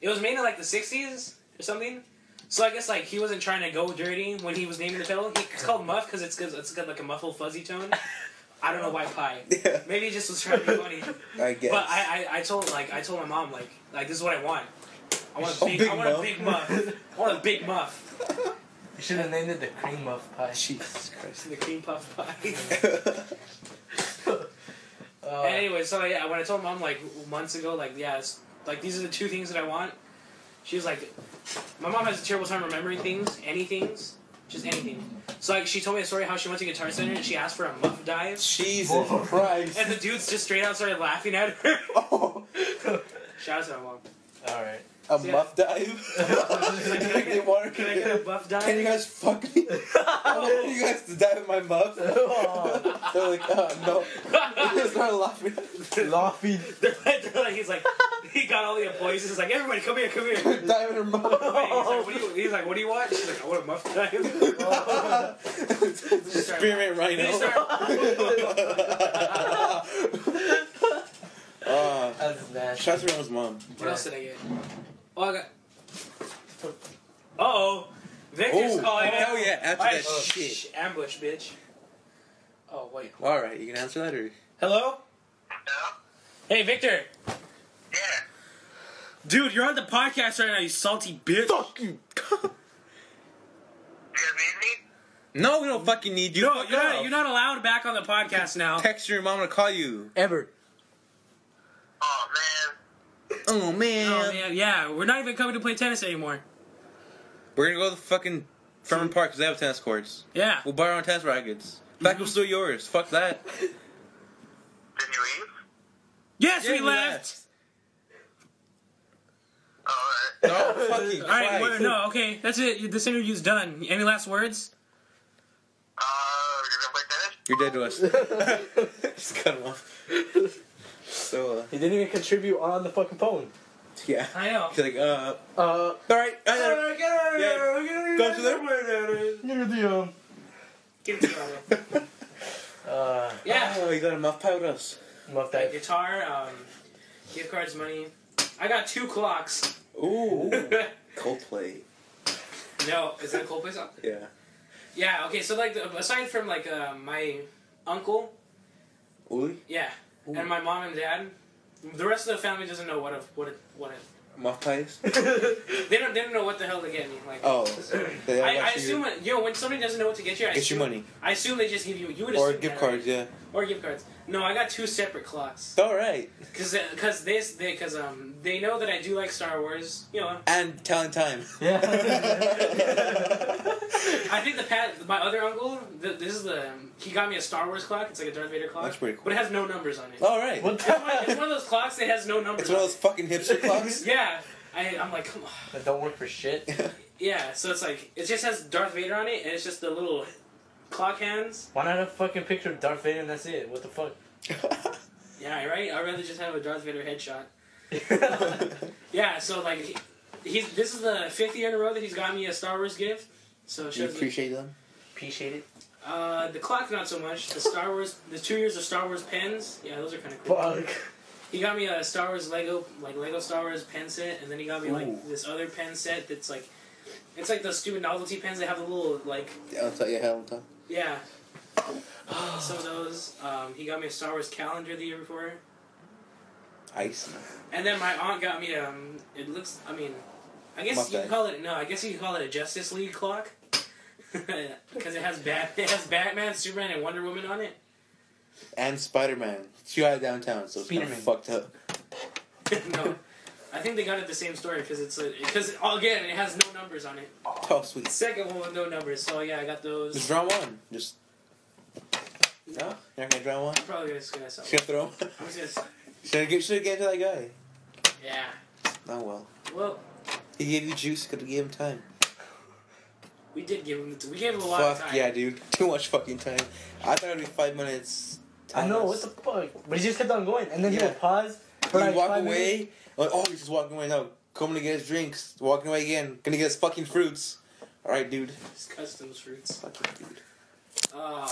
it was made in like the '60s or something. So I guess like he wasn't trying to go dirty when he was naming the pedal. It's called Muff because it's 'cause it's got like a muffled fuzzy tone. I don't know why pie.
Yeah,
Maybe he just was trying to be funny.
I guess.
But I, I, I told like I told my mom like like this is what I want. I want a
Oh,
big,
Big
I want
Muff.
a big muff. I want a big muff.
You should have named it the cream of pie.
Jesus Christ.
The cream puff pie.
Uh,
And anyway, so yeah, when I told mom like months ago, like yeah, it's, like these are the two things that I want. She was like, my mom has a terrible time remembering things, any things, just anything. So like she told me a story how she went to Guitar Center and she asked for a muff dive,
Jesus Christ.
and the dudes just straight out started laughing at her.
Oh,
Shout out to my mom.
all right.
a
Yeah.
muff dive. they wanted
Can I get a muff dive?
Can you guys fuck me? I want you guys to dive in my muff. They're like, oh no. They started laughing.
Laughing.
They're like, they're like- he's like, he got all the employees. He's like, everybody, come here, come here. He's like,
dive in her muff.
what do you, he's like, what do you want? She's like, I want a muff dive.
Experiment right
They
now.
start,
Uh,
That's nasty.
shout out to Ronald's mom.
what else did I get? Oh, I got. oh, Victor's
Oh,
calling.
hell yeah, after that
Alright,
shit.
shh, ambush, bitch. Oh wait.
Alright, you can answer that or?
Hello.
Hello?
Hey, Victor.
Yeah.
Dude, you're on the podcast right now. You salty bitch.
Fuck you!
You busy?
No, we don't fucking need you.
No,
Fuck
you're
off.
not, you're not allowed back on the podcast now. Eh.
Text your mom to call you.
Ever.
Oh, man.
Oh man.
Oh man, yeah, we're not even coming to play tennis anymore.
We're gonna go to the fucking Furman Park because they have tennis courts.
Yeah.
We'll borrow our tennis rackets. Back
Mm-hmm.
up's still yours. Fuck that.
Did you leave?
Yes,
Yeah,
we
we
left.
Alright.
Oh fucking
All right,
Christ.
we're- no, okay, that's it. This interview's done. Any last words?
Uh, you're gonna play tennis?
You're dead to us. Just cut him off. So uh,
He didn't even contribute on the fucking phone.
yeah.
I know.
He's like, uh,
Uh,
all right, I gotta
get out
Yeah.
here!
go to there.
Near the um.
Give it to him.
Uh,
yeah.
Oh, you got a muff pie with us.
love
Like
that.
guitar, um, gift cards, money. I got two clocks.
Ooh,
no,
Coldplay.
is that a Coldplay song?
Yeah.
Yeah. Okay. So like, the- aside from like uh, my uncle,
Uli,
yeah, and my mom and dad, the rest of the family doesn't know what a, what it what it.
muff pies.
They don't they don't know what the hell to get me. Like,
Oh, they
I, I
got you-
assume you know when somebody doesn't know what to get you. I
Get you
assume,
money
I assume they just give you you would
or
assume
gift
that,
cards. Yeah.
right? or gift cards. No, I got two separate clocks
All right.
because because this they because um they know that I do like Star Wars. You know,
And talent time.
I think the pat my other uncle. Th- this is the he got me a Star Wars clock. It's like a Darth Vader clock.
That's pretty cool.
But it has no numbers on it.
All right.
What
It's, one, it's one of those clocks that has no numbers.
It's one of
on
those fucking hipster
it.
clocks.
Yeah, I, I'm like, come on.
That don't work for shit.
Yeah, so it's like it just has Darth Vader on it, and it's just the little clock hands.
Why not a fucking picture of Darth Vader and that's it? What the fuck?
Yeah, right. I'd rather just have a Darth Vader headshot. Yeah, so like he, he's this is the fifth year in a row that he's got me a Star Wars gift. So it
you
shows me-
appreciate them?
Appreciate it.
uh, the clock not so much. The Star Wars, the two years of Star Wars pens. Yeah, those are kind of cool.
Fuck.
He got me a Star Wars Lego, like Lego Star Wars pen set, and then he got me
Ooh.
like this other pen set that's like, it's like those stupid novelty pens that have the little like,
Yeah, I'll tell you hell time.
yeah. Some of those. Um, he got me a Star Wars calendar the year before,
Ice.
and then my aunt got me um. It looks. I mean, I guess you
Mustache.
could call it no. I guess you could call it a Justice League clock, because it has Bat, it has Batman, Superman, and Wonder Woman on it.
And Spider Man. She out of downtown, so it's kind of
Spider-Man.
fucked up.
no, I think they got it the same story because it's because again it has no numbers on it.
Oh, sweet.
Second one with no numbers, so yeah, I got
Just
those.
draw one. Just. No, you're not gonna draw one.
I'm probably just gonna sell.
She's gonna throw.
I'm just gonna,
Should have should have gave it to that guy.
yeah.
Oh well.
Well,
He gave you juice. Could have gave him time.
we did give him. We gave him a lot
Fuck
of time.
yeah, dude. Too much fucking time. I thought it'd be five minutes.
I know, what
Thomas.
the fuck? But he just kept on going. And then
Yeah.
he would pause for
He
like
walk
five minutes.
away. Like, oh, he's just walking away now. Coming to get his drinks. Walking away again. Gonna get his fucking fruits. All right, dude.
It's customs fruits.
Fucking dude.
Oh
all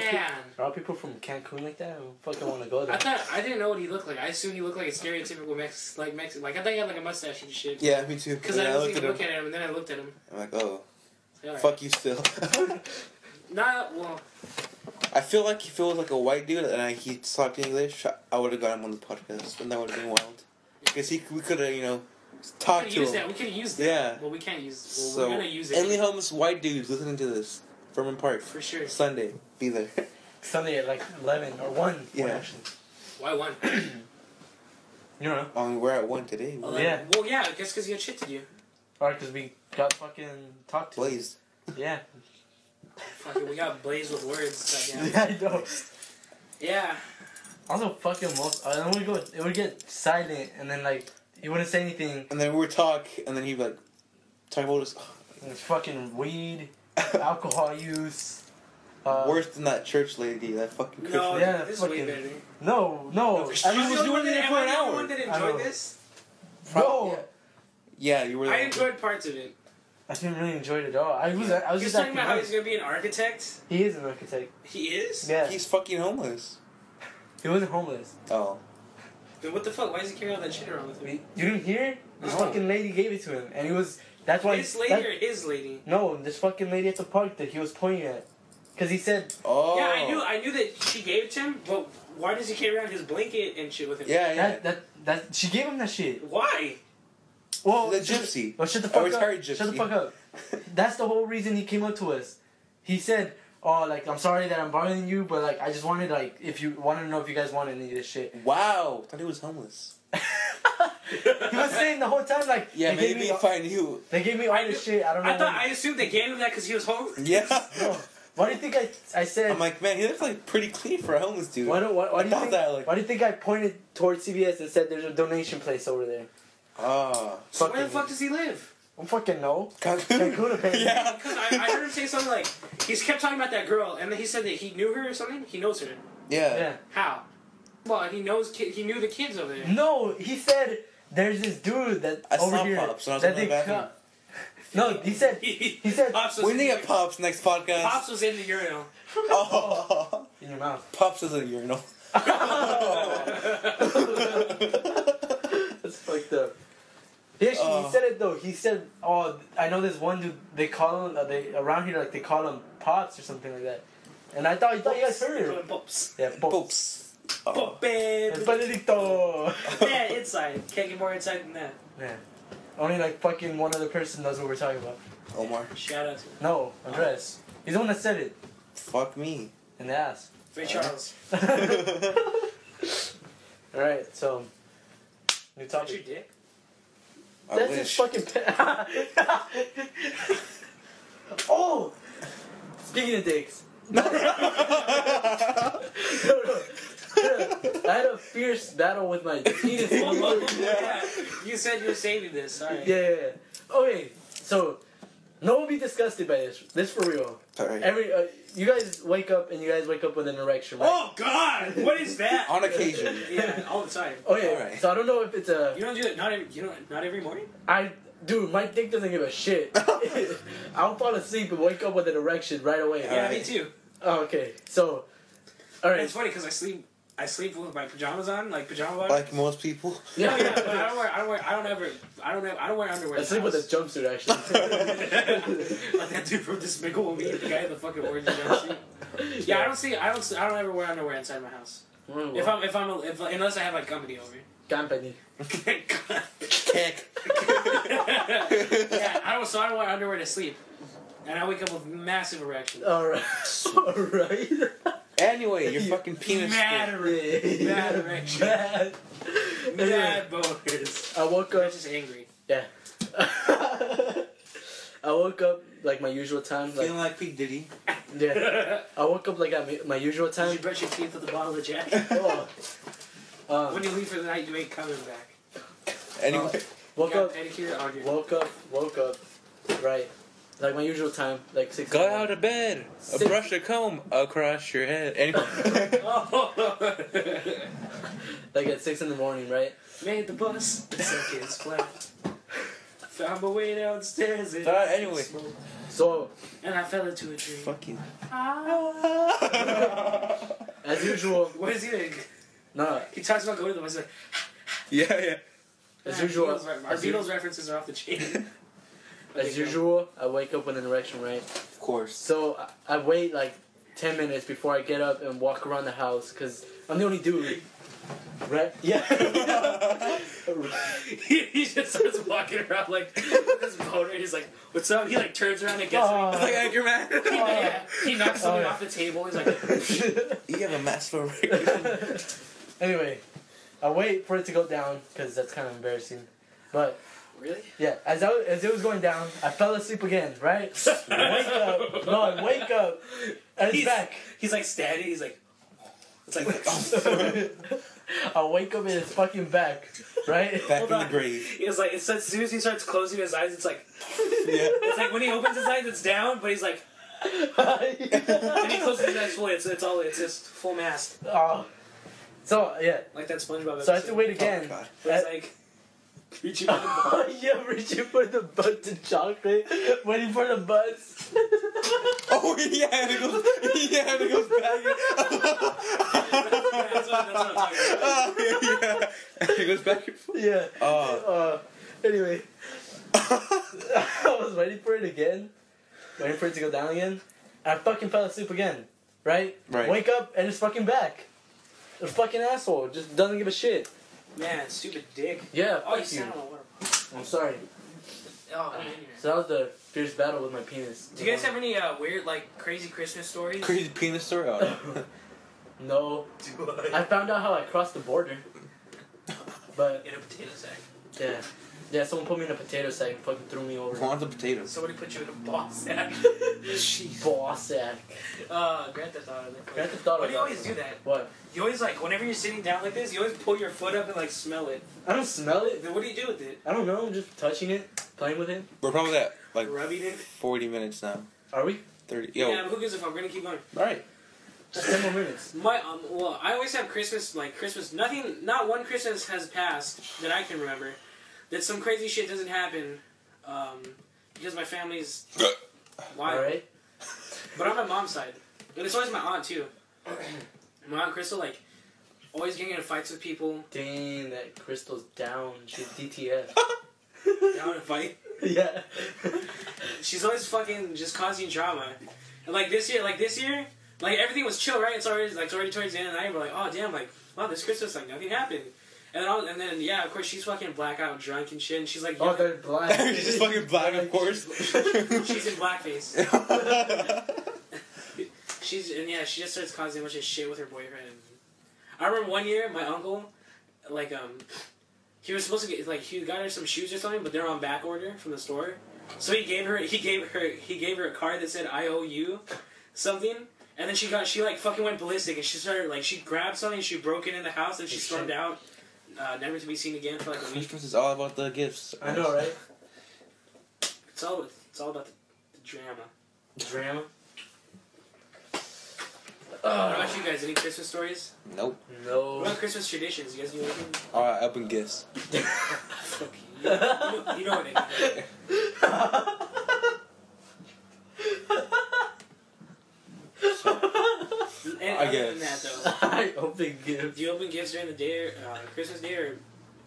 pe-
man.
Are all people from Cancun like that? Who fucking want to go
I
there?
thought I didn't know what he looked like. I assumed he looked like a stereotypical Mex, like Mexican. Like I thought he had like a mustache and shit.
Yeah, me too.
Because
And
I
then
didn't even look
him.
at him, and then I looked at him.
I'm like, oh,
Yeah,
fuck you still.
Not well.
I feel like if it was like a white dude and I, he talked English, I would have got him on the podcast, and that would have been wild. Because he, we could have, you know,
We
talked
could
to
use
him.
that. We could use that.
Yeah.
Well, we can't use. Well,
so
we're gonna use it
any homeless white dudes listening to this, Furman Park,
for sure.
Sunday, be there.
Sunday at like 11 or 1.
Yeah.
One, actually.
Why one?
You know.
I mean, we're at one today.
Well, then-
Yeah.
Well, yeah. I guess because you had shit to do.
Alright, because we got fucking talked to.
Please.
Yeah.
Fuck it, we got blazed with words. Goddamn.
Yeah, I know.
Yeah.
Also, fucking most. Uh, then we go. It would get silent, and then like he wouldn't say anything.
And then we would talk, and then he'd be like, talk about us.
And it's fucking weed, alcohol use. Uh,
Worse than that church lady, that fucking Christian.
No,
Yeah,
this is way
fucking- Oh,
better.
No, no.
Am I
Everyone
the
was
only one
doing
that-
it
am
for
I
an
the only
hour.
one that
I
enjoyed
know.
this?
No,
Yeah, you were.
I
Like,
enjoyed parts of it.
I didn't really enjoy it at all. I was. I was
You're
just
talking
acting
about how he's
nice.
gonna be an architect.
He is an architect.
He is.
Yeah.
He's fucking homeless.
He wasn't homeless.
Oh.
Then what the fuck? Why does he carry all that shit around with
You
him?
didn't hear? it? This
No.
fucking lady gave it to him, and he was. That's why.
His lady
that-
or his lady?
no, this fucking lady at the park that he was pointing at, because he said,
Oh.
Yeah, I knew. I knew that she gave it to him, but why does he carry around his blanket and shit with him?
Yeah, yeah.
that that that she gave him that shit.
Why?
Well,
the
she-
gypsy.
Oh, shut the
I
fuck up.
retired
Shut the
gypsy.
fuck up. That's the whole reason he came up to us. He said, "Oh, like I'm sorry that I'm bothering you, but like I just wanted like if you wanted to know if you guys wanted any of this shit."
Wow. Thought he was homeless.
He was saying the whole time, like,
Yeah,
they gave
maybe
me,
if I knew.
they gave me all this shit. I don't know.
I thought
why.
I assumed they gave him that because he was home.
Yeah.
No. Why do you think I, I said?
I'm like, man, he looks like pretty clean for a homeless dude.
why do, why, why
I
do you
thought
think,
that, like-
why do you think I pointed towards CVS and said there's a donation place over there?
Ah.
So where the
Fucking-
fuck does he live?
I'm fucking no.
Cancun.
Cancun, apparently.
yeah.
Because I, I heard him say something like he's kept talking about that girl, and then he said that he knew her or something. He knows her.
Yeah.
Yeah.
How? Well, he knows ki- he knew the kids over there.
No, he said there's this dude that
I
over
saw
here
Pops when I was
that
in the
they
bathroom.
cut. No, he said he said
Pops was
We
in
need
the-
to get Pops next podcast.
Pops was in the urinal.
Oh.
in your mouth.
Pops is a urinal.
That's fucked up. Yeah, she,
Oh.
he said it though. He said, "Oh, I know this one dude. They call him. Uh, they around here like they call him pops or something like that." And I thought, I thought you guys
They call
heard.
him Pops.
Yeah, pops.
Pops. Oh.
Pop, babe.
Benedicto.
Yeah, inside. Can't get more inside than that.
Yeah. Only like fucking one other person knows what we're talking about.
Omar.
Shout out
No, Andres. He's the one that said it
Fuck me.
in the ass.
to Ray Charles.
All right, so new
Touch
topic.
your dick.
I
That's
wish.
his fucking. Pa- oh, speaking of dicks, No, no. I had a fierce battle with my penis.
Oh,
yeah,
look, yeah. You said you were saving this. Sorry.
yeah, yeah. Okay, so no one be disgusted by this. This for real.
Sorry.
Every uh, you guys wake up and you guys wake up with an erection. Right?
Oh God! What is that?
On occasion.
yeah, all the time.
Okay,
Oh! Alright.
so I don't know if it's a
You don't do that. Not every. You don't. Not every morning.
I dude, my dick doesn't give a shit. I'll fall asleep and wake up with an erection right away.
Yeah, me
Alright.
too.
Oh, okay, so all
And
right,
it's funny because I sleep. I sleep with my pajamas on, like pajama bottom.
Like most people.
yeah, yeah,
yeah,
but I don't wear. I don't wear. I don't ever. I don't. Ever, I don't wear underwear.
I sleep with a jumpsuit actually.
like that dude from Despicable Me, the guy in the fucking orange jumpsuit. Yeah, I don't see. I don't. see- I don't ever wear underwear inside my house. If I'm. If I'm. A, if unless I have like company over.
company.
Heck.
yeah, I don't. So I don't wear underwear to sleep, and I wake up with massive erections.
All right, all right.
Anyway, your fucking penis.
Mad erections. Mad erections.
Bad.
Mad boners.
I woke
I'm
up.
just angry.
Yeah. I woke up like my usual time. Like
Feeling like P Diddy.
yeah,
Did
I woke up like at my- my usual
you
time.
brush your teeth with a bottle of Jack?
Oh. Um,
when you leave for the night, you ain't coming back.
Anyway.
You
woke
got
up.
a pedicure on your.
Woke up. Woke up. Right. Like my usual time. Like six.
Go out of bed. A
Sit-
brush a comb across your head. Anyway.
Oh.
Like at six in the morning. Right.
Made the bus. Second kids flat. Found my way downstairs. And
Alright, anyway.
smoked.
So
And I fell into a tree.
fucking.
as usual.
What is he like?
No. no
He talks about going to the bus. Like,
yeah, yeah.
as
"Ah,
usual.
Beatles, re- our
as u-
Beatles references are off the chain. Okay,
As
go.
usual, I wake up with an erection. Right.
Of course.
So I, I wait like ten minutes before I get up and walk around the house because I'm the only dude. Right. Yeah.
he, he just starts walking around like with his boner. and He's like, "What's up?" He like turns around and gets.
Oh.
It's like Anchor
He,
Ah.
Man.
yeah, he knocks something
Oh, yeah.
off the table. He's like,
you have a master erection.
anyway, I wait for it to go down because that's kind of embarrassing. But
"Really?"
yeah, as I, was- as it was going down, I fell asleep again. Right? wake up! No, I wake up. And it's
He's-
back.
He's like standing. He's like, "It's like."
oh,
I wake up and it's fucking back. Right?
Back in
Hold
the
on.
grave.
It's like it's as soon as he starts closing his eyes, it's like
Yeah.
it's like when he opens his eyes, it's down, but he's like when he closes his eyes fully, it's it's all it's just full mast,
oh. So yeah.
like that SpongeBob. Episode.
So I have to wait again.
Oh, God.
Where It's like reaching out the ball.
yeah, reaching for the butt to chocolate, waiting for the bus.
Oh, yeah, and it goes, yeah, and it goes back.
That's what, that's what I'm talking about.
oh, yeah. And it goes back and forth.
yeah.
Oh.
Uh, anyway, I was waiting for it again, waiting for it to go down again. I fucking fell asleep again, right?
Right.
Wake up and it's fucking back. The fucking asshole just doesn't give a shit.
Man, stupid dick.
Yeah,
Oh, you
fuck you.
sound on water.
I'm sorry.
Oh, I'm in here.
So that was the fierce battle with my penis.
Do you guys have any uh, weird, like, crazy Christmas stories?
Crazy penis story? Oh, no.
No.
Do I?
I found out how I crossed the border, but
In a potato sack.
Yeah. Yeah, someone put me in a potato sack and fucking threw me over.
Quanta potatoes.
Somebody put you in a ball sack.
Ball sack.
Uh, Grand Theft Auto.
Grand Theft Auto
Why do you
does
always
it.
do that?
What?
You always like whenever you're sitting down like this, you always pull your foot up and like smell it.
I don't smell it.
Then what do you do with it?
I don't know. I'm just touching it, playing with it.
We're probably at like
Rubbing it?
40 minutes now.
Are we?
30. Yo.
Yeah, but who gives a fuck? We're gonna keep going.
All right.
Just ten more minutes.
My um, well, I always have Christmas like Christmas. Nothing, not one Christmas has passed that I can remember that some crazy shit doesn't happen, um, because my family's
All
wild.
right.
But on my mom's side, and it's always my aunt too. my aunt Crystal like always getting into fights with people.
Dang, that crystal's down. She's DTF.
Down in a fight.
yeah.
She's always fucking just causing drama. And like this year, like this year, like everything was chill, right? It's already like it's already towards the end of the night. We're like, oh damn, like wow, this Christmas like nothing happened. And then, all, and then yeah, of course she's fucking blackout drunk and shit. And she's like,
Oh,
yelling-
they're black.
just fucking black, of course.
she's in blackface.
That's
She's and yeah, she just starts causing a bunch of shit with her boyfriend. I remember one year, my uncle, like um, he was supposed to get like he got her some shoes or something, but they're on back order from the store. So he gave her he gave her he gave her a card that said I owe you something, and then she got she like fucking went ballistic and she started like she grabbed something, she broke it in the house, and she stormed out, uh, never to be seen again for like a week.
Christmas is all about the gifts.
I know, right?
It's all it's all about the, the drama.
Drama.
What
Oh,
about you guys? Any Christmas stories?
Nope.
What
no.
about Christmas traditions? You guys do anything?
All right, up in gifts.
Fuck you. You know, you know what I mean. And
I
other than
guess.
that,
I open
though,
gift.
do you open gifts during the day, or, uh, Christmas day, or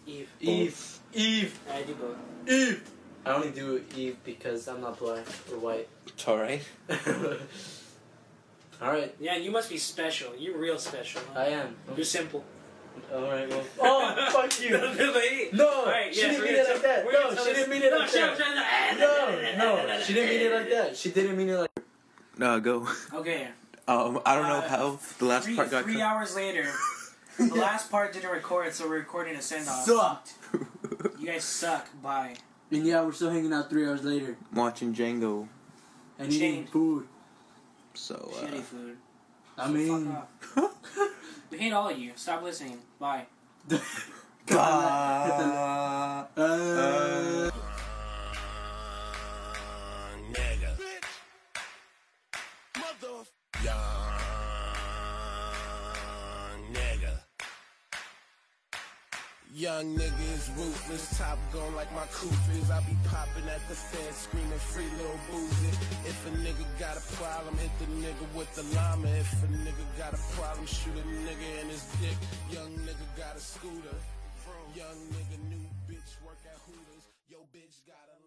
Eve?
Eve. Eve.
I do both.
Eve. I only do Eve because I'm not black or white.
It's all right.
All right.
Yeah, you must be special. You're real special. huh?
I am.
You're simple.
All right. Well. Oh, fuck you.
no,
No,
right, yes,
she didn't
we're gonna
mean it like
tell-
that.
we're
No,
gonna tell
she
this-
didn't mean it like
shut up,
that.
shut up.
No, no, she didn't mean it like that. She didn't mean it like.
No, go.
Okay,
Um, I don't know
Uh,
how the last
three,
part got
three
cut.
hours later, the last part didn't record, so we're recording a send off.
Sucked.
You guys suck. Bye.
And yeah, we're still hanging out three hours later
Watching Django.
and eating
Shame.
food.
So, uh,
Shitty food.
I mean,
Fuck off. we hate all of you. Stop listening. Bye.
uh, bye.
uh,
nigga. Bitch. Mother. Young nigga. Young nigga is ruthless, top gone like my coupe is. I be popping at the fence, screaming free little boozy. If a nigga got a problem, hit the nigga with the llama. If a nigga got a problem, shoot a nigga in his dick. Young nigga got a scooter. Young nigga, new bitch, work at Hooters. Yo, bitch got a